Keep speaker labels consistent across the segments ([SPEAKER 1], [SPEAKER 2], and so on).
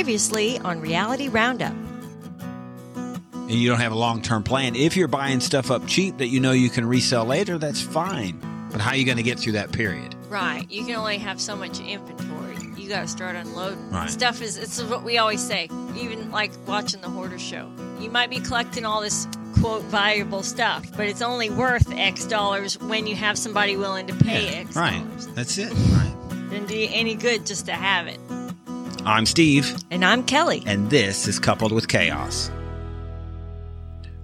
[SPEAKER 1] Previously on Reality Roundup.
[SPEAKER 2] and you don't have a long term plan. If you're buying stuff up cheap that you know you can resell later, that's fine. But how are you going to get through that period?
[SPEAKER 3] Right. You can only have so much inventory. You got to start unloading.
[SPEAKER 2] Right.
[SPEAKER 3] Stuff is, it's what we always say, even like watching the hoarder show. You might be collecting all this quote valuable stuff, but it's only worth X dollars when you have somebody willing to pay X
[SPEAKER 2] right.
[SPEAKER 3] dollars.
[SPEAKER 2] That's it. Right.
[SPEAKER 3] Then do you any good just to have it.
[SPEAKER 2] I'm Steve,
[SPEAKER 3] And I'm Kelly.
[SPEAKER 2] and this is Coupled with Chaos.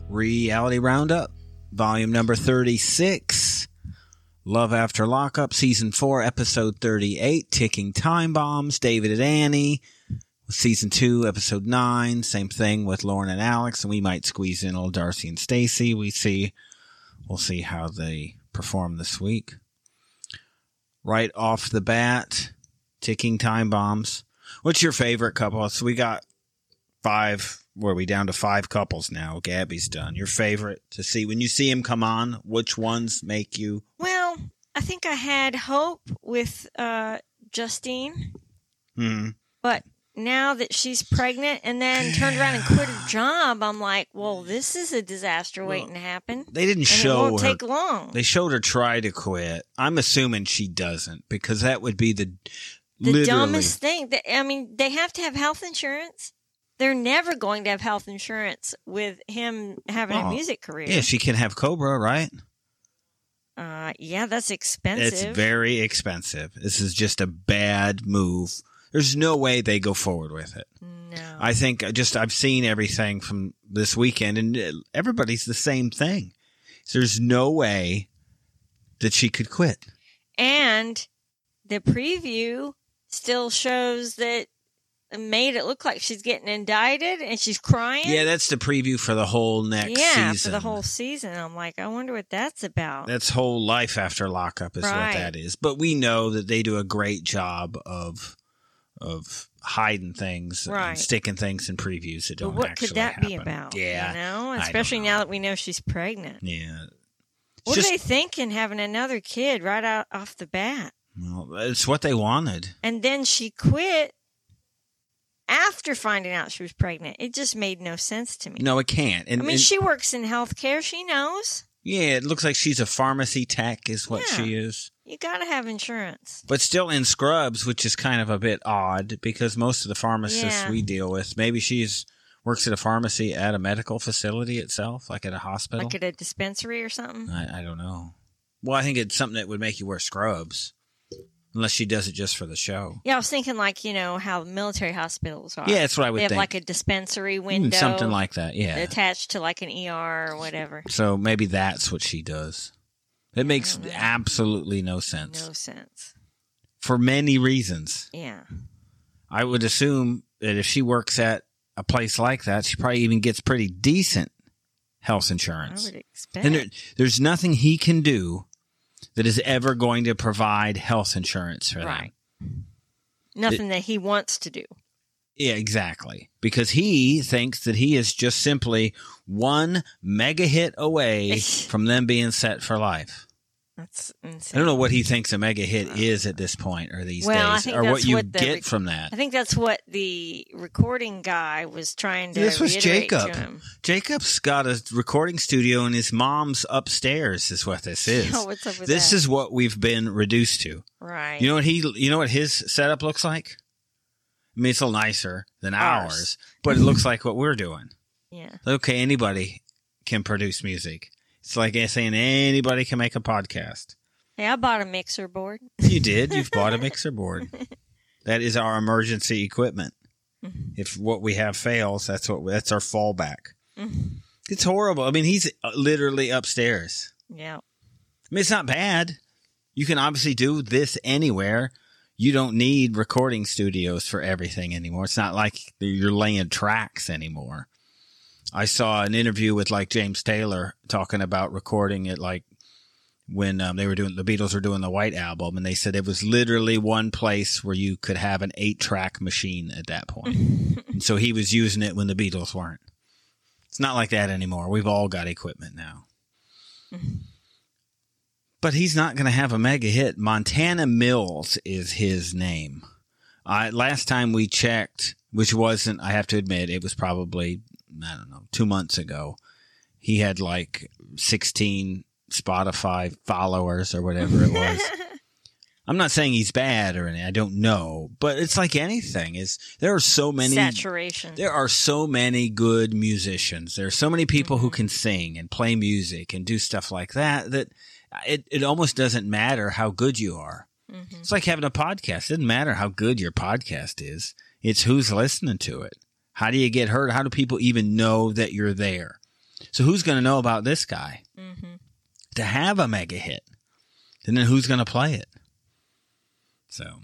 [SPEAKER 2] Reality Roundup, volume number 36. Love After Lockup, season 4, episode 38, Ticking Time Bombs, David and Annie. Season 2, episode 9, same thing with Lauren and Alex, and we might squeeze in old Darcy and Stacy. We see we'll see how they perform this week. Right off the bat, Ticking Time Bombs. What's your favorite couple? So we got five. Were we down to five couples now? Gabby's done. Your favorite to see when you see him come on. Which ones make you?
[SPEAKER 3] Well, I think I had hope with uh, Justine,
[SPEAKER 2] Hmm.
[SPEAKER 3] but now that she's pregnant and then turned around and quit her job, I'm like, well, this is a disaster waiting to happen.
[SPEAKER 2] They
[SPEAKER 3] And
[SPEAKER 2] didn't
[SPEAKER 3] it
[SPEAKER 2] show
[SPEAKER 3] won't
[SPEAKER 2] her.
[SPEAKER 3] take long.
[SPEAKER 2] they showed her try to quit. I'm assuming she doesn't because that would be the,
[SPEAKER 3] the
[SPEAKER 2] literally
[SPEAKER 3] dumbest thing. That, I mean, they have to have health insurance. They're never going to have health insurance with him having
[SPEAKER 2] Well,
[SPEAKER 3] a music career.
[SPEAKER 2] Yeah, she can have Cobra, right?
[SPEAKER 3] uh, yeah, that's expensive.
[SPEAKER 2] It's very expensive. This is just a bad move. There's no way they go forward with it.
[SPEAKER 3] no.
[SPEAKER 2] I think I just I've seen everything from this weekend, and uh, everybody's the same thing. So there's no way that she could quit.
[SPEAKER 3] and the preview still shows that it made it look like she's getting indicted and she's crying.
[SPEAKER 2] Yeah, that's the preview for the whole next
[SPEAKER 3] Yeah,
[SPEAKER 2] season.
[SPEAKER 3] for the whole season. I'm like, I wonder what that's about.
[SPEAKER 2] That's whole life after lockup is what
[SPEAKER 3] Right.
[SPEAKER 2] that is. But we know that they do a great job of of hiding things, and
[SPEAKER 3] Right.
[SPEAKER 2] sticking things in previews that
[SPEAKER 3] But
[SPEAKER 2] don't.
[SPEAKER 3] what
[SPEAKER 2] actually
[SPEAKER 3] could that be
[SPEAKER 2] happen.
[SPEAKER 3] about?
[SPEAKER 2] Yeah,
[SPEAKER 3] You know,
[SPEAKER 2] don't
[SPEAKER 3] especially
[SPEAKER 2] know.
[SPEAKER 3] now that we know she's pregnant.
[SPEAKER 2] yeah. It's
[SPEAKER 3] What
[SPEAKER 2] just
[SPEAKER 3] are they thinking having another kid right out off the bat?
[SPEAKER 2] well, it's what they wanted.
[SPEAKER 3] And then she quit after finding out she was pregnant. It just made no sense to me.
[SPEAKER 2] No, it can't. And,
[SPEAKER 3] I mean,
[SPEAKER 2] and-
[SPEAKER 3] she works in healthcare. She knows
[SPEAKER 2] Yeah, it looks like she's a pharmacy tech, is what
[SPEAKER 3] Yeah.
[SPEAKER 2] she is.
[SPEAKER 3] you got to have insurance.
[SPEAKER 2] But still in scrubs, which is kind of a bit odd because most of the pharmacists
[SPEAKER 3] Yeah.
[SPEAKER 2] we deal with, maybe she's works at a pharmacy at a medical facility itself, like at a hospital.
[SPEAKER 3] Like at a dispensary or something.
[SPEAKER 2] I, I don't know. Well, I think it's something that would make you wear scrubs, unless she does it just for the show.
[SPEAKER 3] Yeah, I was thinking like, you know, how military hospitals are.
[SPEAKER 2] Yeah, that's what I would
[SPEAKER 3] They have
[SPEAKER 2] think.
[SPEAKER 3] like a dispensary
[SPEAKER 2] Hmm,
[SPEAKER 3] window.
[SPEAKER 2] something like that. Yeah.
[SPEAKER 3] Attached to like an ER or whatever.
[SPEAKER 2] so maybe that's what she does. It makes
[SPEAKER 3] don't know.
[SPEAKER 2] absolutely no sense
[SPEAKER 3] No sense.
[SPEAKER 2] for many reasons.
[SPEAKER 3] Yeah.
[SPEAKER 2] I would assume that if she works at a place like that, she probably even gets pretty decent health
[SPEAKER 3] I
[SPEAKER 2] insurance.
[SPEAKER 3] would expect.
[SPEAKER 2] And there, there's nothing he can do that is ever going to provide health insurance for them.
[SPEAKER 3] Right. Nothing that he wants to do.
[SPEAKER 2] Yeah, exactly. Because he thinks that he is just simply one mega hit away from them being set for life.
[SPEAKER 3] That's
[SPEAKER 2] I
[SPEAKER 3] insane.
[SPEAKER 2] don't know what he thinks a mega hit is at this point or these
[SPEAKER 3] Uh, Well, I
[SPEAKER 2] days
[SPEAKER 3] think
[SPEAKER 2] or what
[SPEAKER 3] that's
[SPEAKER 2] you
[SPEAKER 3] what the
[SPEAKER 2] get
[SPEAKER 3] rec-
[SPEAKER 2] from that.
[SPEAKER 3] I think that's what the recording guy was trying to.
[SPEAKER 2] This was
[SPEAKER 3] reiterate
[SPEAKER 2] Jacob.
[SPEAKER 3] To him.
[SPEAKER 2] Jacob's got a recording studio in his mom's upstairs is what this is.
[SPEAKER 3] Oh, what's up with
[SPEAKER 2] this
[SPEAKER 3] that?
[SPEAKER 2] is what we've been reduced to.
[SPEAKER 3] right.
[SPEAKER 2] You know what he you know what his setup looks like? I mean it's a little nicer than ours,
[SPEAKER 3] Ours.
[SPEAKER 2] but it looks like what we're doing.
[SPEAKER 3] yeah.
[SPEAKER 2] Okay, anybody can produce music. It's like saying anybody can make a podcast.
[SPEAKER 3] Hey, I bought a mixer board.
[SPEAKER 2] You did. You've bought a mixer board. That is our emergency equipment. If what we have fails, that's what that's our fallback.
[SPEAKER 3] Mhm.
[SPEAKER 2] It's horrible. I mean, he's uh, literally upstairs.
[SPEAKER 3] Yeah.
[SPEAKER 2] I mean, it's not bad. You can obviously do this anywhere. You don't need recording studios for everything anymore. It's not like you're laying tracks anymore. I saw an interview with like James Taylor talking about recording it like when um, they were doing the Beatles were doing the White Album, and they said it was literally one place where you could have an eight track machine at that point. and so he was using it when the Beatles weren't. It's not like that anymore. We've all got equipment now. But he's not going to have a mega hit. Montana Mills is his name. I last time we checked, which wasn't, I have to admit, it was probably I don't know two months ago. He had like sixteen Spotify followers or whatever it was. I'm not saying he's bad or anything. I don't know, but it's like anything. Is there are so many
[SPEAKER 3] Saturation.
[SPEAKER 2] there are so many good musicians. There are so many people who can sing and play music and do stuff like that that it, it almost doesn't matter how good you are.
[SPEAKER 3] Mhm.
[SPEAKER 2] It's like having a podcast. It doesn't matter how good your podcast is. It's who's listening to it. How do you get heard? How do people even know that you're there? So who's going to know about this guy
[SPEAKER 3] Mhm.
[SPEAKER 2] to have a mega hit? And then who's going to play it? So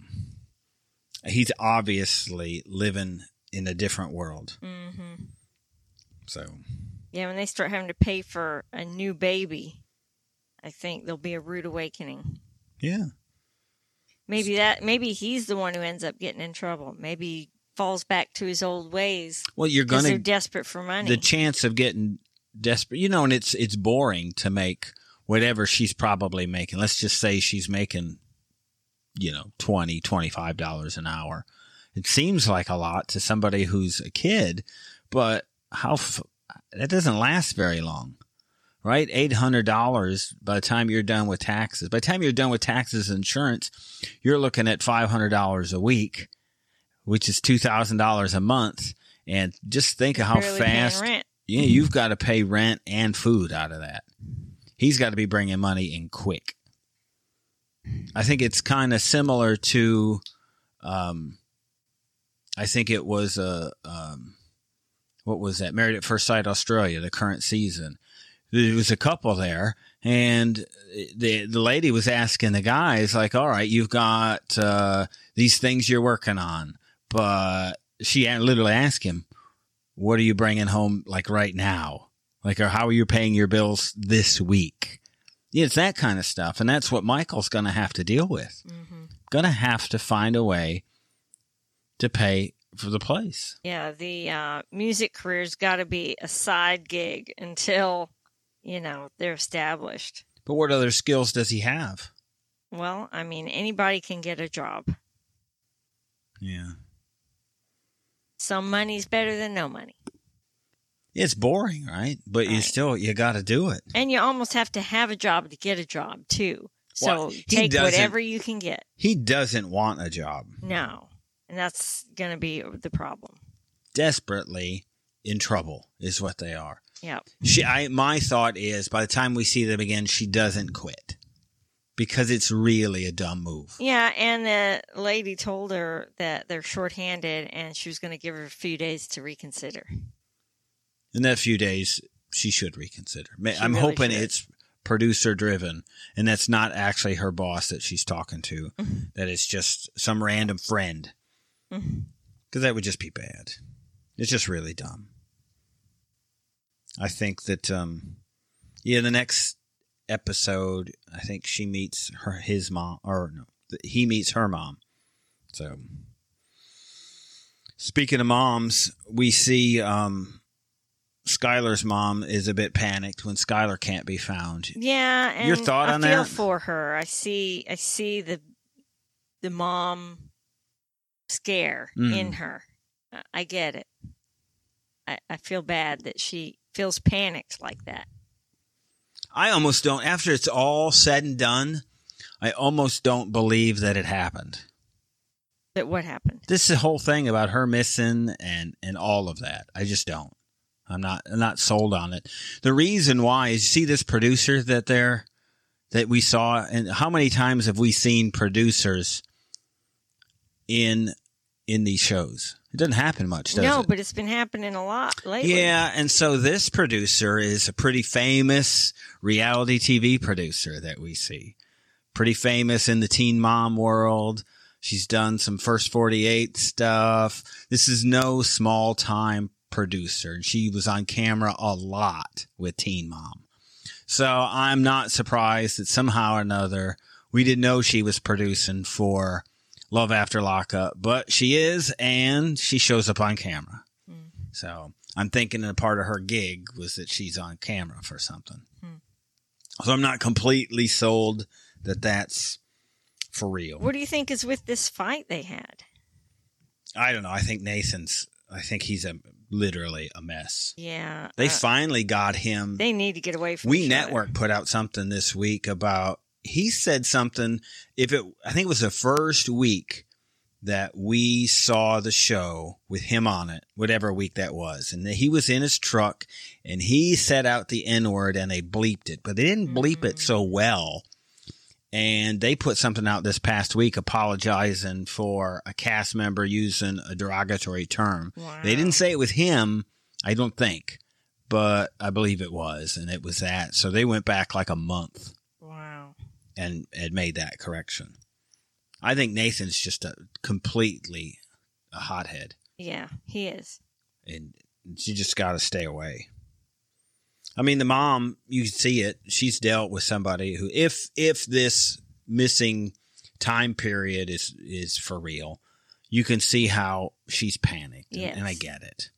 [SPEAKER 2] he's obviously living in a different world.
[SPEAKER 3] Mhm.
[SPEAKER 2] So
[SPEAKER 3] Yeah, when they start having to pay for a new baby, I think there'll be a rude awakening.
[SPEAKER 2] yeah,
[SPEAKER 3] Maybe that maybe he's the one who ends up getting in trouble. Maybe he falls back to his old ways
[SPEAKER 2] well, you're
[SPEAKER 3] because they're
[SPEAKER 2] gonna
[SPEAKER 3] desperate for money.
[SPEAKER 2] the chance of getting desperate, you know, and it's it's boring to make whatever she's probably making. Let's just say she's making, you know, twenty twenty five dollars an hour. It seems like a lot to somebody who's a kid, but how f- that doesn't last very long. Right, eight hundred dollars by the time you're done with taxes. By the time you're done with taxes and insurance, you're looking at five hundred dollars a week, which is two thousand dollars a month. And just think of how
[SPEAKER 3] Barely paying
[SPEAKER 2] fast
[SPEAKER 3] rent.
[SPEAKER 2] yeah, you've got to pay rent and food out of that. He's got to be bringing money in quick. I think it's kind of similar to, um, I think it was a, um, what was that? Married at First Sight Australia, the current season. There was a couple there, and the the lady was asking the guys like, "All right, you've got uh, these things you're working on," but she literally asked him, what are you bringing home like right now? Like, or how are you paying your bills this week? Yeah, it's that kind of stuff. And that's what Michael's going to have to deal with.
[SPEAKER 3] hmm
[SPEAKER 2] Going to have to find a way to pay for the place.
[SPEAKER 3] Yeah, the uh, music career's got to be a side gig until you know they're established.
[SPEAKER 2] But what other skills does he have?
[SPEAKER 3] Well, I mean, anybody can get a job.
[SPEAKER 2] Yeah.
[SPEAKER 3] Some money's better than no money.
[SPEAKER 2] It's boring, right? But you
[SPEAKER 3] Right.
[SPEAKER 2] still, you got to do it.
[SPEAKER 3] And you almost have to have a job to get a job too. So
[SPEAKER 2] Well, he
[SPEAKER 3] take
[SPEAKER 2] doesn't-
[SPEAKER 3] whatever you can get.
[SPEAKER 2] He doesn't want a job.
[SPEAKER 3] No. And that's going to be the problem.
[SPEAKER 2] Desperately in trouble is what they are.
[SPEAKER 3] Yep.
[SPEAKER 2] She, I, my thought is by the time we see them again, she doesn't quit because it's really a dumb move.
[SPEAKER 3] Yeah, and the lady told her that they're shorthanded and she was going to give her a few days to reconsider.
[SPEAKER 2] In that few days, she should reconsider. Ma-
[SPEAKER 3] She
[SPEAKER 2] I'm
[SPEAKER 3] really
[SPEAKER 2] hoping
[SPEAKER 3] should.
[SPEAKER 2] it's producer driven and that's not actually her boss that she's talking to,
[SPEAKER 3] Mm-hmm.
[SPEAKER 2] that it's just some random friend. Mm-hmm.
[SPEAKER 3] Mhm.
[SPEAKER 2] Because that would just be bad. It's just really dumb. I think that, um, yeah, the next episode, I think she meets her his mom, or no, th- he meets her mom. So, speaking of moms, we see um, Skylar's mom is a bit panicked when Skylar can't be found.
[SPEAKER 3] Yeah, and
[SPEAKER 2] Your thought
[SPEAKER 3] I
[SPEAKER 2] on
[SPEAKER 3] feel
[SPEAKER 2] that?
[SPEAKER 3] for her. I see I see the the mom scare
[SPEAKER 2] Mm.
[SPEAKER 3] in her. I- I get it. I, I feel bad that she feels panicked like that.
[SPEAKER 2] I almost don't. After it's all said and done, I almost don't believe that it happened.
[SPEAKER 3] But what happened?
[SPEAKER 2] This is whole thing about her missing and and all of that. I just don't. I'm not I'm not sold on it. The reason why is you see this producer that they're that we saw and how many times have we seen producers in in these shows? It doesn't happen much, does
[SPEAKER 3] no,
[SPEAKER 2] it?
[SPEAKER 3] but it's been happening a lot lately.
[SPEAKER 2] Yeah, and so this producer is a pretty famous reality TV producer that we see. Pretty famous in the teen mom world. She's done some first 48 stuff. This is no small time producer, and she was on camera a lot with Teen Mom. So I'm not surprised that somehow or another we didn't know she was producing for Love After Lockup, but she is, and she shows up on camera.
[SPEAKER 3] Mm.
[SPEAKER 2] So I'm thinking that part of her gig was that she's on camera for something.
[SPEAKER 3] Hmm.
[SPEAKER 2] So I'm not completely sold that that's for real.
[SPEAKER 3] What do you think is with this fight they had?
[SPEAKER 2] I don't know. I think Nathan's. I think he's a literally a mess.
[SPEAKER 3] Yeah.
[SPEAKER 2] They
[SPEAKER 3] uh,
[SPEAKER 2] finally got him.
[SPEAKER 3] they need to get away from
[SPEAKER 2] we
[SPEAKER 3] each other.
[SPEAKER 2] network put out something this week about he said something if it i think it was the first week that we saw the show with him on it whatever week that was and he was in his truck and he set out the n word and they bleeped it but they didn't bleep it so well and they put something out this past week apologizing for a cast member using a derogatory term
[SPEAKER 3] Wow.
[SPEAKER 2] they didn't say it was him, I don't think, but I believe it was, and it was that. So they went back like a month
[SPEAKER 3] Wow.
[SPEAKER 2] and and made that correction. I think Nathan's just a completely a hothead,
[SPEAKER 3] Yeah, he is.
[SPEAKER 2] and you just got to stay away. I mean, the mom, you can see it. She's dealt with somebody who, if if this missing time period is is for real, you can see how she's panicked, and-
[SPEAKER 3] Yes.
[SPEAKER 2] and I get it.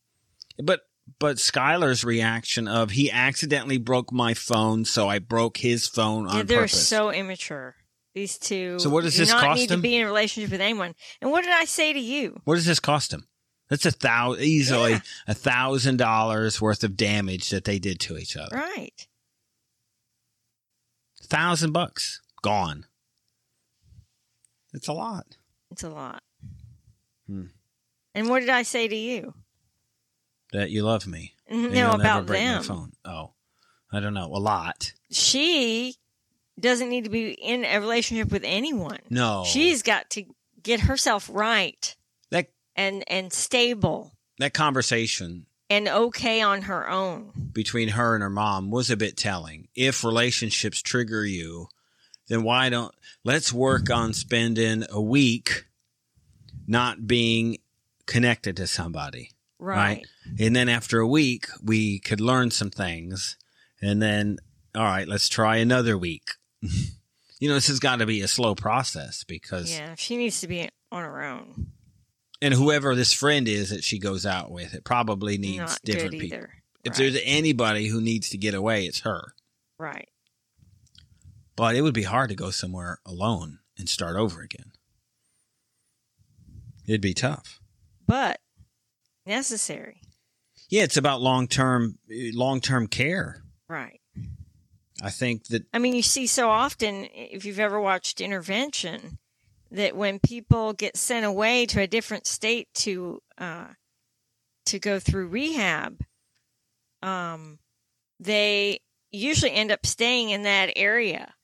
[SPEAKER 2] But but Skylar's reaction of he accidentally broke my phone, so I broke his phone on
[SPEAKER 3] yeah, they're
[SPEAKER 2] purpose.
[SPEAKER 3] so immature. These two.
[SPEAKER 2] So what does
[SPEAKER 3] do
[SPEAKER 2] this
[SPEAKER 3] not
[SPEAKER 2] cost
[SPEAKER 3] need
[SPEAKER 2] them?
[SPEAKER 3] to be in a relationship with anyone. And what did I say to you?
[SPEAKER 2] what does this cost him? That's a thousand, easily
[SPEAKER 3] Yeah.
[SPEAKER 2] a thousand dollars worth of damage that they did to each other.
[SPEAKER 3] Right.
[SPEAKER 2] Thousand bucks gone. It's a lot.
[SPEAKER 3] It's a lot.
[SPEAKER 2] Hmm.
[SPEAKER 3] And what did I say to you?
[SPEAKER 2] That you love me. and
[SPEAKER 3] No,
[SPEAKER 2] you'll never
[SPEAKER 3] about
[SPEAKER 2] break my
[SPEAKER 3] them.
[SPEAKER 2] phone. Oh, I don't know. A lot.
[SPEAKER 3] She doesn't need to be in a relationship with anyone.
[SPEAKER 2] No,
[SPEAKER 3] She's got to get herself right
[SPEAKER 2] that
[SPEAKER 3] and and stable
[SPEAKER 2] that conversation
[SPEAKER 3] and okay on her own.
[SPEAKER 2] between her and her mom was a bit telling. If relationships trigger you, then why don't let's work on spending a week not being connected to somebody,
[SPEAKER 3] Right.
[SPEAKER 2] And then after a week, we could learn some things, and then all right, let's try another week. you know, this has got to be a slow process because
[SPEAKER 3] Yeah, she needs to be on her own.
[SPEAKER 2] and whoever this friend is that she goes out with, it probably needs
[SPEAKER 3] Not
[SPEAKER 2] different
[SPEAKER 3] good
[SPEAKER 2] people.
[SPEAKER 3] either.
[SPEAKER 2] If
[SPEAKER 3] right.
[SPEAKER 2] there's anybody who needs to get away, it's her.
[SPEAKER 3] right.
[SPEAKER 2] But it would be hard to go somewhere alone and start over again. It'd be tough.
[SPEAKER 3] But necessary.
[SPEAKER 2] Yeah, it's about long term long term care.
[SPEAKER 3] Right.
[SPEAKER 2] I think that
[SPEAKER 3] I mean, you see so often, if you've ever watched Intervention, that when people get sent away to a different state to uh, to go through rehab, um, they usually end up staying in that area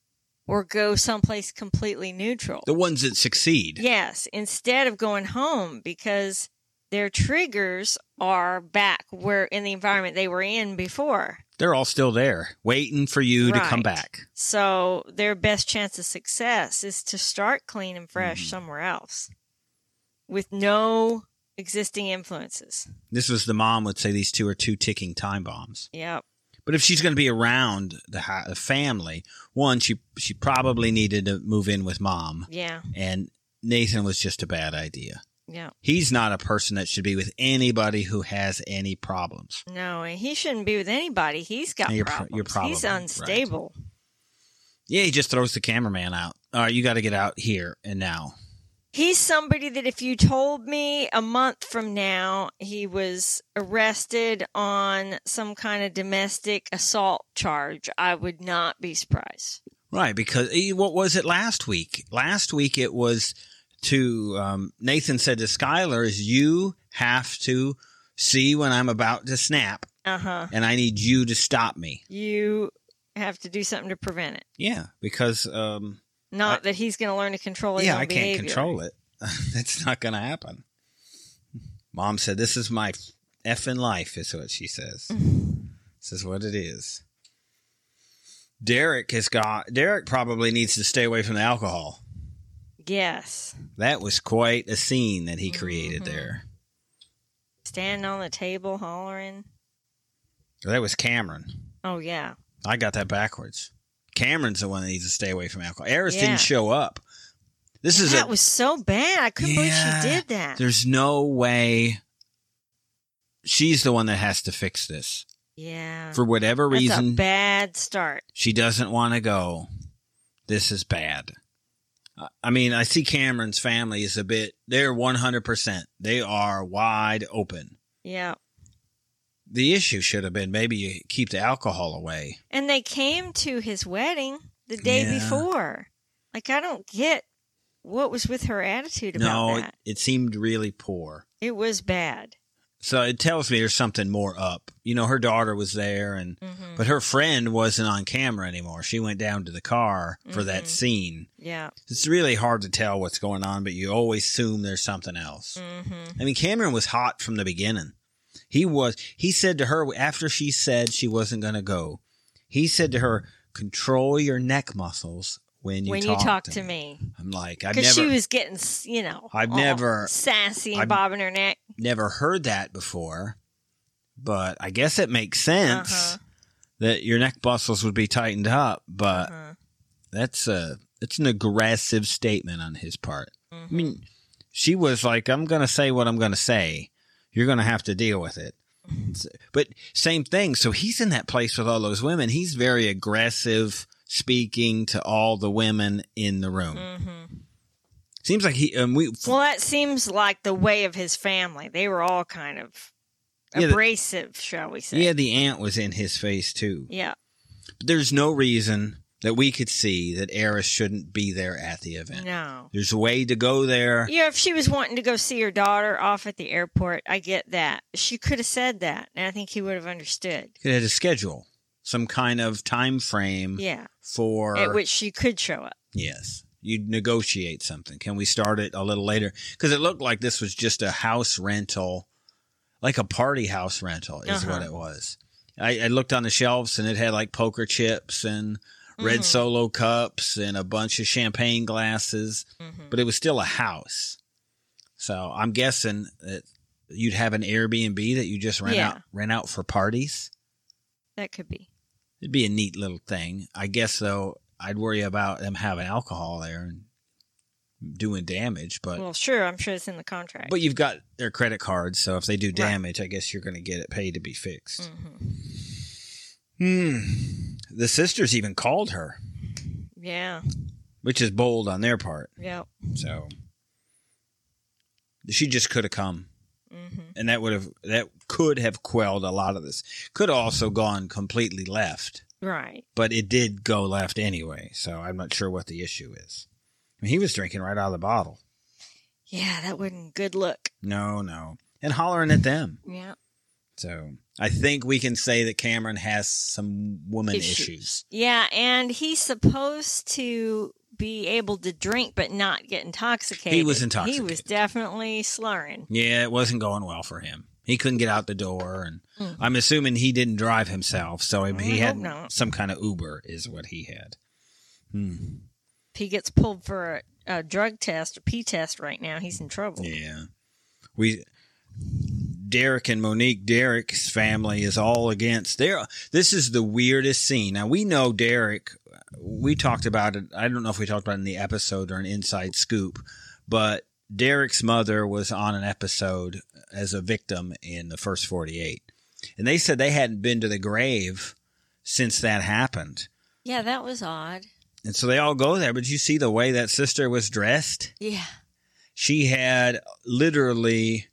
[SPEAKER 3] or go someplace completely neutral.
[SPEAKER 2] the ones that succeed.
[SPEAKER 3] Yes, instead of going home because their triggers are back where in the environment they were in before.
[SPEAKER 2] They're all still there, waiting for you to come
[SPEAKER 3] Right.
[SPEAKER 2] back.
[SPEAKER 3] So their best chance of success is to start clean and fresh
[SPEAKER 2] Mhm.
[SPEAKER 3] somewhere else with no existing influences.
[SPEAKER 2] This was the mom would say these two are two ticking time bombs.
[SPEAKER 3] Yep.
[SPEAKER 2] But if she's going to be around the, ha- the family, one she she probably needed to move in with mom,
[SPEAKER 3] Yeah.
[SPEAKER 2] and Nathan was just a bad idea.
[SPEAKER 3] Yeah.
[SPEAKER 2] He's not a person that should be with anybody who has any problems.
[SPEAKER 3] No, and he shouldn't be with anybody. He's got
[SPEAKER 2] You're pro-
[SPEAKER 3] problems.
[SPEAKER 2] you're
[SPEAKER 3] He's
[SPEAKER 2] probably right.
[SPEAKER 3] unstable.
[SPEAKER 2] Yeah, he just throws the cameraman out. All right, you got to get out here and now.
[SPEAKER 3] He's somebody that if you told me a month from now he was arrested on some kind of domestic assault charge, I would not be surprised.
[SPEAKER 2] Right, because eh, what was it last week? Last week it was to um, Nathan said to Skylar, "Is you have to see when I'm about to snap,
[SPEAKER 3] Uh huh.
[SPEAKER 2] and I need you to stop me."
[SPEAKER 3] You have to do something to prevent it.
[SPEAKER 2] Yeah, because um,
[SPEAKER 3] Not
[SPEAKER 2] I-
[SPEAKER 3] that he's going to learn to control his
[SPEAKER 2] yeah,
[SPEAKER 3] own
[SPEAKER 2] I can't
[SPEAKER 3] behavior.
[SPEAKER 2] control it. That's not going to happen. Mom said, "This is my effing life," is what she says.
[SPEAKER 3] Mm.
[SPEAKER 2] this is what it is. Derek has got. Derek probably needs to stay away from the alcohol.
[SPEAKER 3] Yes,
[SPEAKER 2] That was quite a scene that he created
[SPEAKER 3] Mhm.
[SPEAKER 2] there.
[SPEAKER 3] standing on the table hollering.
[SPEAKER 2] That was Cameron.
[SPEAKER 3] Oh yeah,
[SPEAKER 2] I got that backwards. Cameron's the one that needs to stay away from alcohol. Eris
[SPEAKER 3] Yeah.
[SPEAKER 2] didn't show up. This is
[SPEAKER 3] that
[SPEAKER 2] a,
[SPEAKER 3] was so bad. I couldn't believe
[SPEAKER 2] Yeah.
[SPEAKER 3] she did that.
[SPEAKER 2] There's no way. She's the one that has to fix this
[SPEAKER 3] yeah,
[SPEAKER 2] for whatever
[SPEAKER 3] that's a
[SPEAKER 2] reason.
[SPEAKER 3] bad start.
[SPEAKER 2] she doesn't want to go. This is bad. I- I mean, I see Cameron's family is a bit, they're 100%. They are wide open.
[SPEAKER 3] Yeah.
[SPEAKER 2] The issue should have been maybe you keep the alcohol away.
[SPEAKER 3] And they came to his wedding the day
[SPEAKER 2] Yeah.
[SPEAKER 3] before. Like, I don't get what was with her attitude about
[SPEAKER 2] No, it,
[SPEAKER 3] that.
[SPEAKER 2] it seemed really poor.
[SPEAKER 3] It was bad.
[SPEAKER 2] So it tells me there's something more up. You know, her daughter was there and
[SPEAKER 3] hmm
[SPEAKER 2] but her friend wasn't on camera anymore. She went down to the car for that
[SPEAKER 3] Mhm.
[SPEAKER 2] scene.
[SPEAKER 3] Yeah.
[SPEAKER 2] It's really hard to tell what's going on, but you always assume there's something else.
[SPEAKER 3] hmm
[SPEAKER 2] I mean, Cameron was hot from the beginning. He was he said to her after she said she wasn't going to go. He said to her, "Control your neck muscles when you
[SPEAKER 3] when
[SPEAKER 2] talk
[SPEAKER 3] you talk
[SPEAKER 2] to,
[SPEAKER 3] to me.
[SPEAKER 2] I'm like, I've never
[SPEAKER 3] Because she was getting, s- you know,
[SPEAKER 2] I've
[SPEAKER 3] all
[SPEAKER 2] never-
[SPEAKER 3] sassy and
[SPEAKER 2] I've-
[SPEAKER 3] bobbing her neck.
[SPEAKER 2] never heard that before, but I guess it makes sense
[SPEAKER 3] Uh-huh.
[SPEAKER 2] that your neck muscles would be tightened up. But
[SPEAKER 3] Uh-huh.
[SPEAKER 2] that's a it's an aggressive statement on his part.
[SPEAKER 3] Mhm.
[SPEAKER 2] I mean, she was like, "I'm gonna say what I'm gonna say. You're gonna have to deal with it." It's- But same thing. So he's in that place with all those women. He's very aggressive, speaking to all the women in the room.
[SPEAKER 3] Mhm.
[SPEAKER 2] Seems like he um, we
[SPEAKER 3] Well, that seems like the way of his family. They were all kind of
[SPEAKER 2] Yeah, the-
[SPEAKER 3] abrasive, shall we say?
[SPEAKER 2] yeah the aunt was in his face too.
[SPEAKER 3] Yeah.
[SPEAKER 2] there's no reason that we could see that Eris shouldn't be there at the event.
[SPEAKER 3] No.
[SPEAKER 2] There's a way to go there.
[SPEAKER 3] Yeah, if she was wanting to go see her daughter off at the airport, I get that. She could have said that, and I think he would have understood.
[SPEAKER 2] It had a schedule, some kind of time frame
[SPEAKER 3] Yeah,
[SPEAKER 2] for
[SPEAKER 3] at which she could show up.
[SPEAKER 2] yes. You'd negotiate something. Can we start it a little later? Because it looked like this was just a house rental, like a party house rental, is
[SPEAKER 3] Uh-huh.
[SPEAKER 2] what it was. I, I looked on the shelves and it had like poker chips and red
[SPEAKER 3] Mhm.
[SPEAKER 2] solo cups and a bunch of champagne glasses.
[SPEAKER 3] hmm
[SPEAKER 2] but it was still a house. So I'm guessing that you'd have an Airbnb that you just rent
[SPEAKER 3] Yeah.
[SPEAKER 2] out rent out for parties.
[SPEAKER 3] That could be.
[SPEAKER 2] It'd be a neat little thing. I guess though I'd worry about them having alcohol there and doing damage, but
[SPEAKER 3] well, sure. I'm sure it's in the contract.
[SPEAKER 2] but you've got their credit cards, so if they do
[SPEAKER 3] Right.
[SPEAKER 2] damage, I guess you're going to get it paid to be fixed.
[SPEAKER 3] Mhm. Mm.
[SPEAKER 2] Hmm. The sisters even called her,
[SPEAKER 3] yeah,
[SPEAKER 2] which is bold on their part.
[SPEAKER 3] yeah.
[SPEAKER 2] So she just could have come.
[SPEAKER 3] hmm
[SPEAKER 2] and that would have that could have quelled a lot of this. Could have also gone completely left,
[SPEAKER 3] Right.
[SPEAKER 2] but it did go left anyway. So I'm not sure what the issue is. I mean, he was drinking right out of the bottle.
[SPEAKER 3] Yeah, that wasn't a good look.
[SPEAKER 2] No, no, and hollering at them.
[SPEAKER 3] Yeah.
[SPEAKER 2] So I think we can say that Cameron has some woman
[SPEAKER 3] Issues.
[SPEAKER 2] issues.
[SPEAKER 3] Yeah, and he's supposed to be able to drink but not get intoxicated.
[SPEAKER 2] He was
[SPEAKER 3] He was
[SPEAKER 2] intoxicated.
[SPEAKER 3] definitely slurring.
[SPEAKER 2] Yeah, it wasn't going well for him. He couldn't get out the door, and
[SPEAKER 3] Mm.
[SPEAKER 2] I'm assuming he didn't drive himself. So I mean,
[SPEAKER 3] I hope
[SPEAKER 2] he had
[SPEAKER 3] not.
[SPEAKER 2] some kind of Uber, is what he had. Hmm.
[SPEAKER 3] If he gets pulled for a, a drug test or P test right now, he's in trouble.
[SPEAKER 2] Yeah. We Derek and Monique Derek's family is all against there. This is the weirdest scene. Now we know Derek we talked about it. I don't know if we talked about it in the episode or an inside scoop, but Derek's mother was on an episode as a victim in the first 48. And they said they hadn't been to the grave since that happened.
[SPEAKER 3] Yeah, that was odd.
[SPEAKER 2] And so they all go there, but you see the way that sister was dressed?
[SPEAKER 3] Yeah.
[SPEAKER 2] she had literally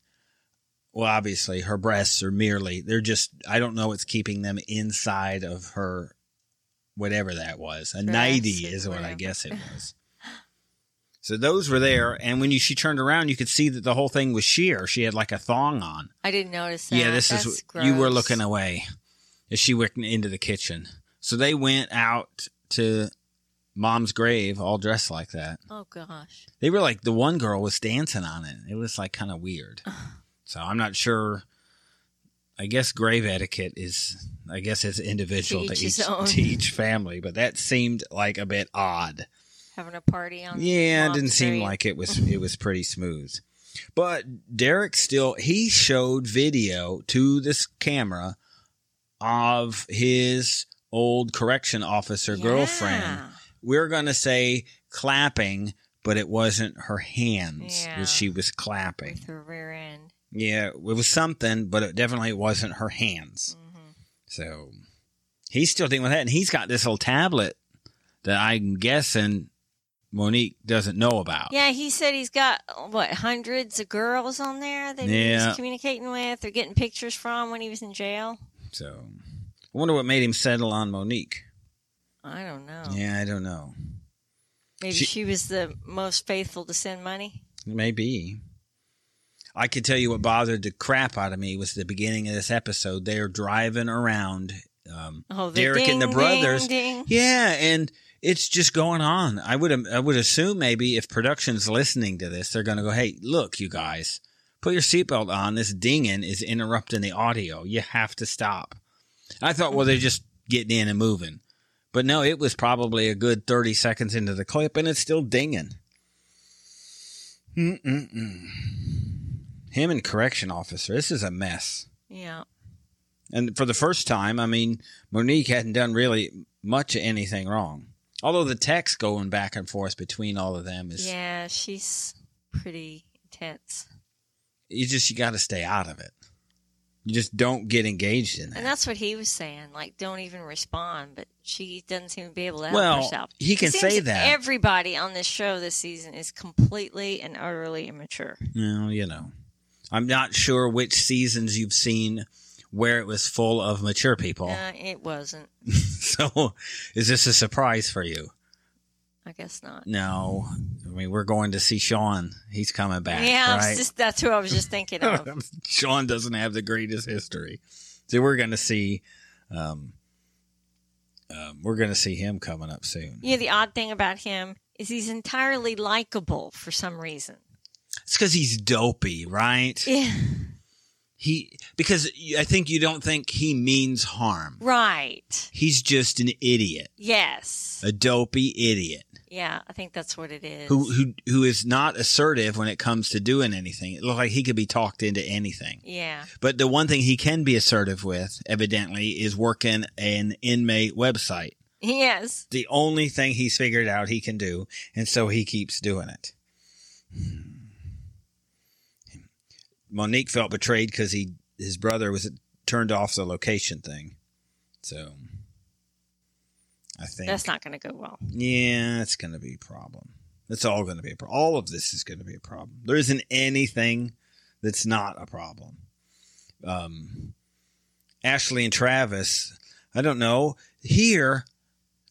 [SPEAKER 2] well obviously her breasts are merely they're just i don't know what's keeping them inside of her whatever that was a
[SPEAKER 3] Dress
[SPEAKER 2] nighty
[SPEAKER 3] or
[SPEAKER 2] is what i
[SPEAKER 3] whatever.
[SPEAKER 2] guess it was so those were there and when you, she turned around you could see that the whole thing was sheer she had like a thong on
[SPEAKER 3] I didn't notice that.
[SPEAKER 2] yeah this
[SPEAKER 3] That's
[SPEAKER 2] is
[SPEAKER 3] gross.
[SPEAKER 2] you were looking away as she went into the kitchen so they went out to mom's grave all dressed like that
[SPEAKER 3] Oh gosh.
[SPEAKER 2] they were like the one girl was dancing on it. It was like kind of weird. So I'm not sure. I guess grave etiquette is, I guess it's individual
[SPEAKER 3] To
[SPEAKER 2] to
[SPEAKER 3] each
[SPEAKER 2] each,
[SPEAKER 3] his own.
[SPEAKER 2] to each family, but that seemed like a bit odd.
[SPEAKER 3] Having a party on
[SPEAKER 2] Yeah, it
[SPEAKER 3] Mom's
[SPEAKER 2] didn't seem
[SPEAKER 3] grave.
[SPEAKER 2] like it was. It was pretty smooth. But Derek still he showed video to this camera of his old correction officer girlfriend
[SPEAKER 3] Yeah.
[SPEAKER 2] we're going to say clapping, but it wasn't her hands
[SPEAKER 3] Yeah.
[SPEAKER 2] that she was clapping.
[SPEAKER 3] with her rear end.
[SPEAKER 2] Yeah, it was something, but it definitely wasn't her hands.
[SPEAKER 3] Mhm.
[SPEAKER 2] So he's still dealing with that. And he's got this little tablet that I'm guessing Monique doesn't know about.
[SPEAKER 3] Yeah, he said he's got what hundreds of girls on there that he
[SPEAKER 2] Yeah.
[SPEAKER 3] was communicating with or getting pictures from when he was in jail.
[SPEAKER 2] So I wonder what made him settle on Monique.
[SPEAKER 3] I don't know.
[SPEAKER 2] Yeah, I don't know.
[SPEAKER 3] Maybe
[SPEAKER 2] She-
[SPEAKER 3] she, was the most faithful to send money.
[SPEAKER 2] Maybe. I could tell you what bothered the crap out of me was the beginning of this episode. They're driving around. Um,
[SPEAKER 3] Oh, the
[SPEAKER 2] Derek and the
[SPEAKER 3] ding,
[SPEAKER 2] brothers.
[SPEAKER 3] ding, ding.
[SPEAKER 2] yeah, and it's just going on. I would I would assume maybe if production's listening to this, they're going to go, "Hey, look, you guys, put your seatbelt on. This dinging is interrupting the audio. You have to stop." I thought, well, they're just getting in and moving, but no, it was probably a good thirty seconds into the clip, and it's still dinging. Mm-mm-mm. Him and correction officer. This is a mess.
[SPEAKER 3] Yeah.
[SPEAKER 2] And for the first time, I mean, Monique hadn't done really much of anything wrong. Although the text going back and forth between all of them is,
[SPEAKER 3] Yeah, she's pretty intense.
[SPEAKER 2] you just, you got to stay out of it. You just don't get engaged in
[SPEAKER 3] And
[SPEAKER 2] that.
[SPEAKER 3] that's what he was saying. Like, don't even respond. But she doesn't seem to be able to help
[SPEAKER 2] Well,
[SPEAKER 3] herself.
[SPEAKER 2] he can
[SPEAKER 3] It seems
[SPEAKER 2] say that.
[SPEAKER 3] Everybody on this show this season is completely and utterly immature.
[SPEAKER 2] well, you know, I'm not sure which seasons you've seen where it was full of mature people.
[SPEAKER 3] Uh, it wasn't.
[SPEAKER 2] so is this a surprise for you?
[SPEAKER 3] I guess not.
[SPEAKER 2] No. I mean, we're going to see Sean. He's coming back.
[SPEAKER 3] yeah, I was
[SPEAKER 2] right?
[SPEAKER 3] just, that's who I was just thinking of.
[SPEAKER 2] Sean doesn't have the greatest history. So we're going to see, um, um, we're going to see him coming up soon.
[SPEAKER 3] Yeah, the odd thing about him is he's entirely likable for some reason.
[SPEAKER 2] It's because he's dopey, right?
[SPEAKER 3] Yeah,
[SPEAKER 2] He because you- I think you don't think he means harm.
[SPEAKER 3] right.
[SPEAKER 2] He's just an idiot,
[SPEAKER 3] Yes.
[SPEAKER 2] a dopey idiot
[SPEAKER 3] Yeah, I think that's what it is.
[SPEAKER 2] who who who is not assertive when it comes to doing anything. It looks like he could be talked into anything.
[SPEAKER 3] Yeah.
[SPEAKER 2] But the one thing he can be assertive with, evidently, is working an inmate website.
[SPEAKER 3] Yes.
[SPEAKER 2] the only thing he's figured out he can do, and so he keeps doing it. Monique felt betrayed because he his brother was turned off the location thing, so I think
[SPEAKER 3] That's not going to go well.
[SPEAKER 2] yeah, it's going to be a problem. It's all going to be a problem. All of this is going to be a problem. There isn't anything that's not a problem. Um, Ashley and Travis, I don't know. Here,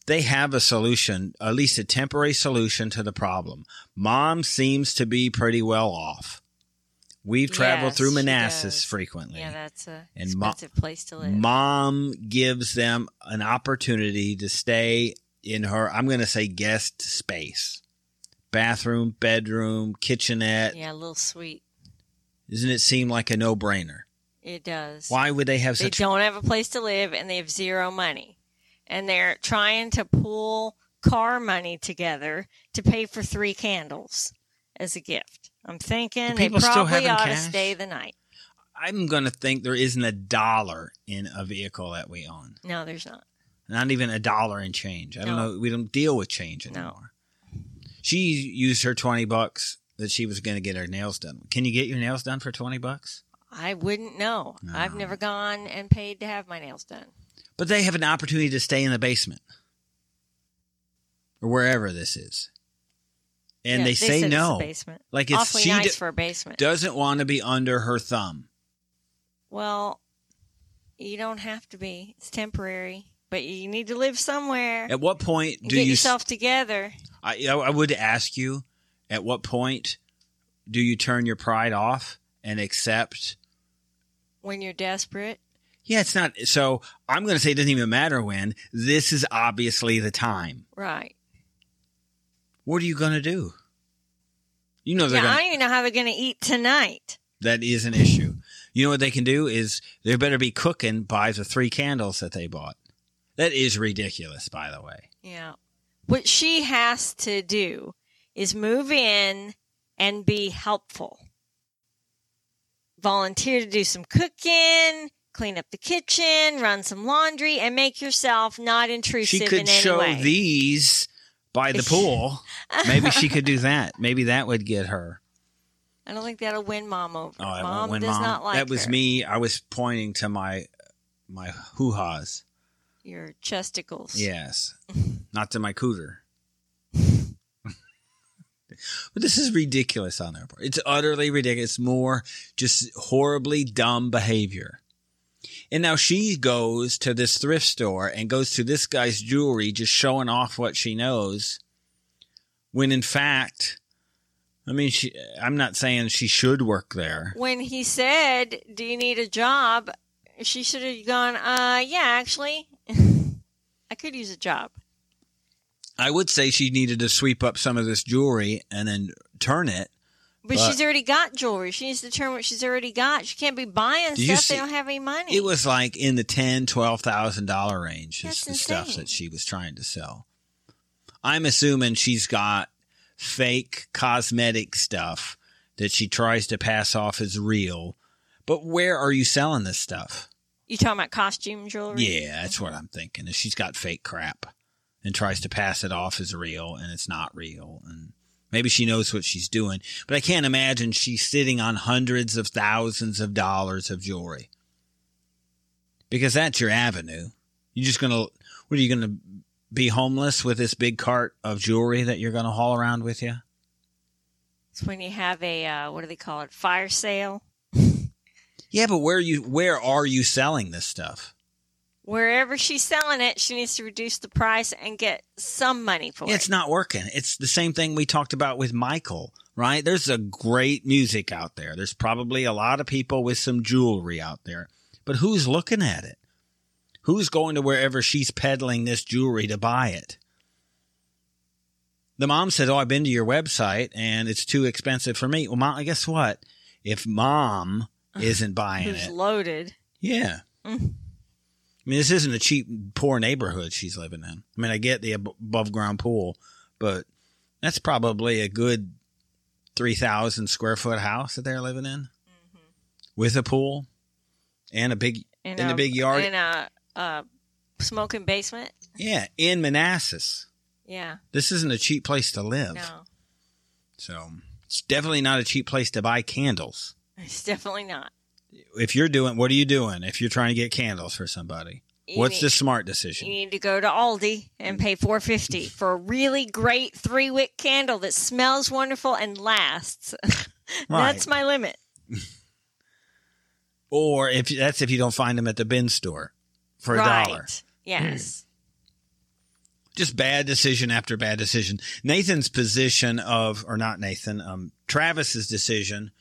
[SPEAKER 2] they have a solution, at least a temporary solution to the problem. Mom seems to be pretty well off. We've traveled
[SPEAKER 3] Yes,
[SPEAKER 2] through
[SPEAKER 3] she
[SPEAKER 2] Manassas
[SPEAKER 3] does.
[SPEAKER 2] frequently.
[SPEAKER 3] Yeah, that's a
[SPEAKER 2] And mo-
[SPEAKER 3] expensive place to live.
[SPEAKER 2] Mom gives them an opportunity to stay in her, I'm going to say guest space. Bathroom, bedroom, kitchenette.
[SPEAKER 3] yeah, a little sweet.
[SPEAKER 2] Doesn't it seem like a no brainer?
[SPEAKER 3] It does.
[SPEAKER 2] Why would they have
[SPEAKER 3] They
[SPEAKER 2] such.
[SPEAKER 3] don't have a place to live and they have zero money. And they're trying to pool car money together to pay for three candles as a gift. I'm thinking
[SPEAKER 2] Do
[SPEAKER 3] they
[SPEAKER 2] people still
[SPEAKER 3] probably
[SPEAKER 2] having
[SPEAKER 3] ought
[SPEAKER 2] cash?
[SPEAKER 3] to stay the night.
[SPEAKER 2] I'm going to think there isn't a dollar in a vehicle that we own,
[SPEAKER 3] No, there's not.
[SPEAKER 2] not even a dollar in change. I don't
[SPEAKER 3] No.
[SPEAKER 2] know. We don't deal with change
[SPEAKER 3] No.
[SPEAKER 2] anymore. She used her 20 bucks that she was going to get her nails done. Can you get your nails done for 20 bucks?
[SPEAKER 3] I wouldn't know.
[SPEAKER 2] No.
[SPEAKER 3] I've never gone and paid to have my nails done.
[SPEAKER 2] But they have an opportunity to stay in the basement or wherever this is. And
[SPEAKER 3] Yeah,
[SPEAKER 2] they, say
[SPEAKER 3] said it's
[SPEAKER 2] no.
[SPEAKER 3] a basement.
[SPEAKER 2] Like it's
[SPEAKER 3] Awfully
[SPEAKER 2] she
[SPEAKER 3] nice
[SPEAKER 2] d-
[SPEAKER 3] for a basement.
[SPEAKER 2] doesn't want to be under her thumb.
[SPEAKER 3] well, you don't have to be. It's temporary, but you need to live somewhere.
[SPEAKER 2] At what point
[SPEAKER 3] and
[SPEAKER 2] do
[SPEAKER 3] get
[SPEAKER 2] you
[SPEAKER 3] yourself together.
[SPEAKER 2] I I would ask you at what point do you turn your pride off and accept
[SPEAKER 3] when you're desperate.
[SPEAKER 2] yeah, it's not. So I'm going to say it doesn't even matter when. This is obviously the time.
[SPEAKER 3] Right.
[SPEAKER 2] What are you going to do? You know they're
[SPEAKER 3] Yeah,
[SPEAKER 2] going to
[SPEAKER 3] I don't even know how they're going to eat tonight.
[SPEAKER 2] That is an issue. You know what they can do is they better be cooking by the three candles that they bought. That is ridiculous, by the way.
[SPEAKER 3] Yeah. What she has to do is move in and be helpful. Volunteer to do some cooking, clean up the kitchen, run some laundry, and make yourself not intrusive
[SPEAKER 2] she could
[SPEAKER 3] in any
[SPEAKER 2] show
[SPEAKER 3] way.
[SPEAKER 2] these by the pool. Maybe she could do that. Maybe that would get her.
[SPEAKER 3] I don't think that'll win mom over.
[SPEAKER 2] Oh, I won't
[SPEAKER 3] mom
[SPEAKER 2] win,
[SPEAKER 3] does not like
[SPEAKER 2] that was
[SPEAKER 3] her.
[SPEAKER 2] me. I was pointing to my my hoo ha's.
[SPEAKER 3] Your chesticles.
[SPEAKER 2] Yes, not to my cooter. But this is ridiculous on their part. It's utterly ridiculous. It's more just horribly dumb behavior. And now she goes to this thrift store and goes to this guy's jewelry, just showing off what she knows. When in fact, I mean, she, I'm not saying she should work there.
[SPEAKER 3] When he said, "Do you need a job?" she should have gone, "Uh, yeah, actually, I could use a job."
[SPEAKER 2] I would say she needed to sweep up some of this jewelry and then turn it.
[SPEAKER 3] But,
[SPEAKER 2] But-
[SPEAKER 3] she's already got jewelry. She needs to turn what she's already got. She can't be buying
[SPEAKER 2] Do you
[SPEAKER 3] stuff.
[SPEAKER 2] see-
[SPEAKER 3] they don't have any money.
[SPEAKER 2] It was like in the ten, twelve thousand dollar range is
[SPEAKER 3] That's
[SPEAKER 2] the stuff
[SPEAKER 3] insane.
[SPEAKER 2] that she was trying to sell. I'm assuming she's got fake cosmetic stuff that she tries to pass off as real. But where are you selling this stuff?
[SPEAKER 3] you talking about costume jewelry?
[SPEAKER 2] Yeah, that's what I'm thinking. Is she's got fake crap and tries to pass it off as real and it's not real and maybe she knows what she's doing, but I can't imagine she's sitting on hundreds of thousands of dollars of jewelry. Because that's your avenue. You're just going to what are you going to be homeless with this big cart of jewelry that you're going to haul around with you?
[SPEAKER 3] It's when you have a uh, what do they call it? Fire sale.
[SPEAKER 2] Yeah, but where you where are you selling this stuff?
[SPEAKER 3] Wherever she's selling it, she needs to reduce the price and get some money for
[SPEAKER 2] It's
[SPEAKER 3] it.
[SPEAKER 2] not working. It's the same thing we talked about with Michael, right? There's a great music out there. There's probably a lot of people with some jewelry out there, but who's looking at it? Who's going to wherever she's peddling this jewelry to buy it? The mom said, Oh, I've been to your website and it's too expensive for me. Well, mom, guess what? If mom isn't buying
[SPEAKER 3] Who's
[SPEAKER 2] it,
[SPEAKER 3] loaded?
[SPEAKER 2] yeah.
[SPEAKER 3] Mm.
[SPEAKER 2] I mean, this isn't a cheap, poor neighborhood she's living in. I mean, I get the ab- above ground pool, but that's probably a good 3,000 square foot house that they're living in with a pool and a big,
[SPEAKER 3] In,
[SPEAKER 2] In the big yard?
[SPEAKER 3] Mm-hmm. In a, a smoking basement.
[SPEAKER 2] yeah, in Manassas.
[SPEAKER 3] Yeah.
[SPEAKER 2] This isn't a cheap place to live.
[SPEAKER 3] No,
[SPEAKER 2] So it's definitely not a cheap place to buy candles.
[SPEAKER 3] it's definitely not.
[SPEAKER 2] If you're doing, what are you doing if you're trying to get candles for somebody?
[SPEAKER 3] You
[SPEAKER 2] What's
[SPEAKER 3] need-
[SPEAKER 2] the smart
[SPEAKER 3] You
[SPEAKER 2] decision?
[SPEAKER 3] need to go to Aldi and pay four fifty for a really great three wick candle that smells wonderful and lasts. That's my limit.
[SPEAKER 2] Or if that's if you don't find them at the bin store for a
[SPEAKER 3] right.
[SPEAKER 2] dollar.
[SPEAKER 3] Yes.
[SPEAKER 2] Just bad decision after bad decision. Nathan's position of, or not Nathan, um, Travis's decision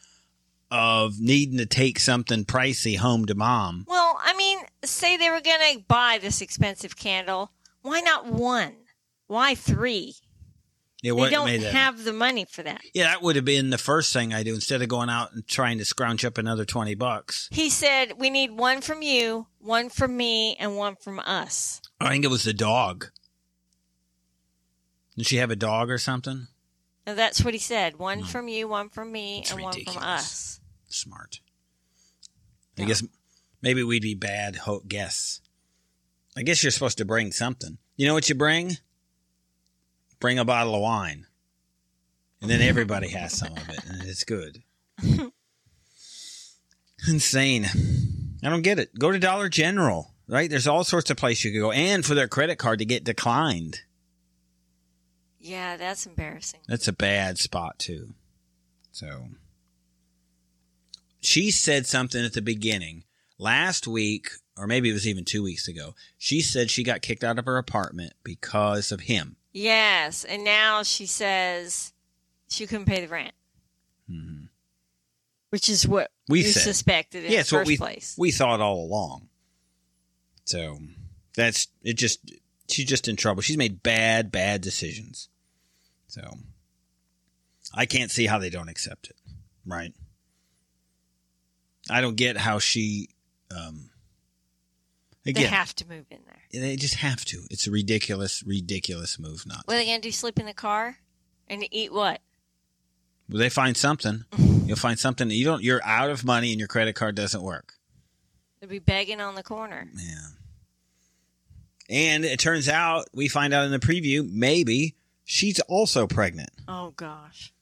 [SPEAKER 2] of needing to take something pricey home to mom.
[SPEAKER 3] well, I mean, say they were going to buy this expensive candle. Why not one? Why three?
[SPEAKER 2] Yeah,
[SPEAKER 3] They don't have the money for that.
[SPEAKER 2] yeah, that would have been the first thing I do instead of going out and trying to scrounge up another twenty bucks.
[SPEAKER 3] He said, "We need one from you, one from me, and one from us."
[SPEAKER 2] I think it was the dog. Did she have a dog or something?
[SPEAKER 3] Now, that's what he said: one from you, one from me,
[SPEAKER 2] Hmm. It's
[SPEAKER 3] and one from
[SPEAKER 2] ridiculous.
[SPEAKER 3] us.
[SPEAKER 2] smart. I
[SPEAKER 3] Yeah.
[SPEAKER 2] guess maybe we'd be bad ho- guests. I guess you're supposed to bring something. You know what you bring? Bring a bottle of wine. And then everybody has some of it, and it's good. Insane. I don't get it. Go to Dollar General, right? There's all sorts of places you could go, and for their credit card to get declined.
[SPEAKER 3] Yeah, that's embarrassing.
[SPEAKER 2] That's a bad spot too. So she said something at the beginning last week, or maybe it was even two weeks ago. She said she got kicked out of her apartment because of him.
[SPEAKER 3] Yes, and now she says she couldn't pay the rent,
[SPEAKER 2] Mhm.
[SPEAKER 3] which is what
[SPEAKER 2] We
[SPEAKER 3] you
[SPEAKER 2] said.
[SPEAKER 3] suspected in
[SPEAKER 2] yeah,
[SPEAKER 3] the
[SPEAKER 2] it's what
[SPEAKER 3] first
[SPEAKER 2] we
[SPEAKER 3] place.
[SPEAKER 2] we thought all along. So that's it. Just she's just in trouble. She's made bad, bad decisions. So I can't see how they don't accept it. Right? I don't get how she. Um,
[SPEAKER 3] They
[SPEAKER 2] again,
[SPEAKER 3] have to move in there.
[SPEAKER 2] they just have to. It's a ridiculous, ridiculous move. Not
[SPEAKER 3] What are they going to do? Sleep in the car and eat what?
[SPEAKER 2] Well, they find something.
[SPEAKER 3] Mm-hmm.
[SPEAKER 2] You'll find something. You don't. You're out of money, and your credit card doesn't work.
[SPEAKER 3] They'll be begging on the corner.
[SPEAKER 2] Yeah. And it turns out we find out in the preview maybe she's also pregnant.
[SPEAKER 3] Oh gosh,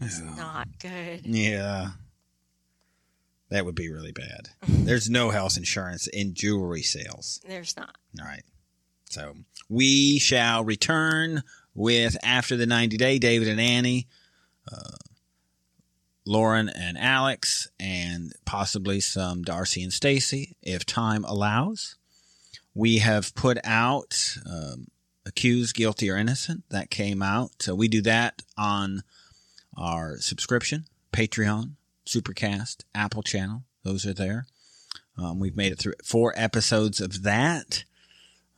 [SPEAKER 3] it's not
[SPEAKER 2] Mm.
[SPEAKER 3] good.
[SPEAKER 2] Yeah. That would be really bad. There's no health insurance in jewelry sales.
[SPEAKER 3] There's not.
[SPEAKER 2] All right. So we shall return with after the 90 day David and Annie uh, Lauren and Alex, and possibly some Darcy and Stacy if time allows. We have put out um, accused, guilty, or innocent. That came out. So we do that on our subscription, Patreon, Supercast, Apple Channel. Those are there. Um, we've made it through four episodes of that.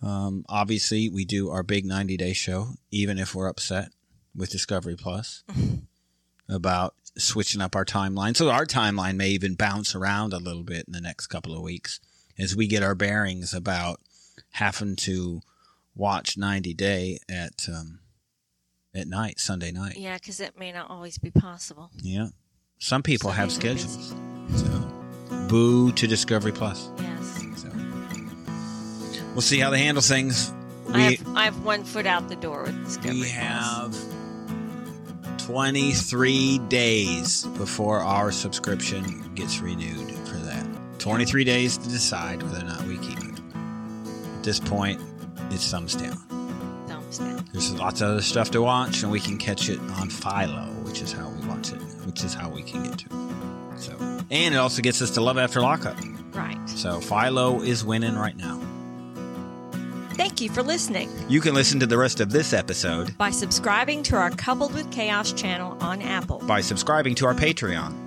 [SPEAKER 2] Um, obviously, we do our big 90 day show, even if we're upset with Discovery Plus about switching up our timeline. So our timeline may even bounce around a little bit in the next couple of weeks as we get our bearings about having to watch 90 Day at um, at night, Sunday night.
[SPEAKER 3] Yeah, because that may not always be possible.
[SPEAKER 2] Yeah. Some people
[SPEAKER 3] Some
[SPEAKER 2] have
[SPEAKER 3] people are busy.
[SPEAKER 2] schedules. So boo to Discovery Plus.
[SPEAKER 3] Yes.
[SPEAKER 2] So we'll see how they handle things.
[SPEAKER 3] I, have, I have one foot out the door with Discovery.
[SPEAKER 2] We
[SPEAKER 3] Plus.
[SPEAKER 2] have 23 days before our subscription gets renewed for that. 23 days to decide whether or not we keep it. At this point, it's thumbs down.
[SPEAKER 3] thumbs down.
[SPEAKER 2] There's lots of other stuff to watch, and we can catch it on Philo, which is how we watch it, which is how we can get to it. So, and it also gets us to Love After Lockup.
[SPEAKER 3] Right.
[SPEAKER 2] So, Philo is winning right now.
[SPEAKER 3] Thank you for listening.
[SPEAKER 2] You can listen to the rest of this episode
[SPEAKER 3] by subscribing to our Coupled with Chaos channel on Apple
[SPEAKER 2] by subscribing to our Patreon.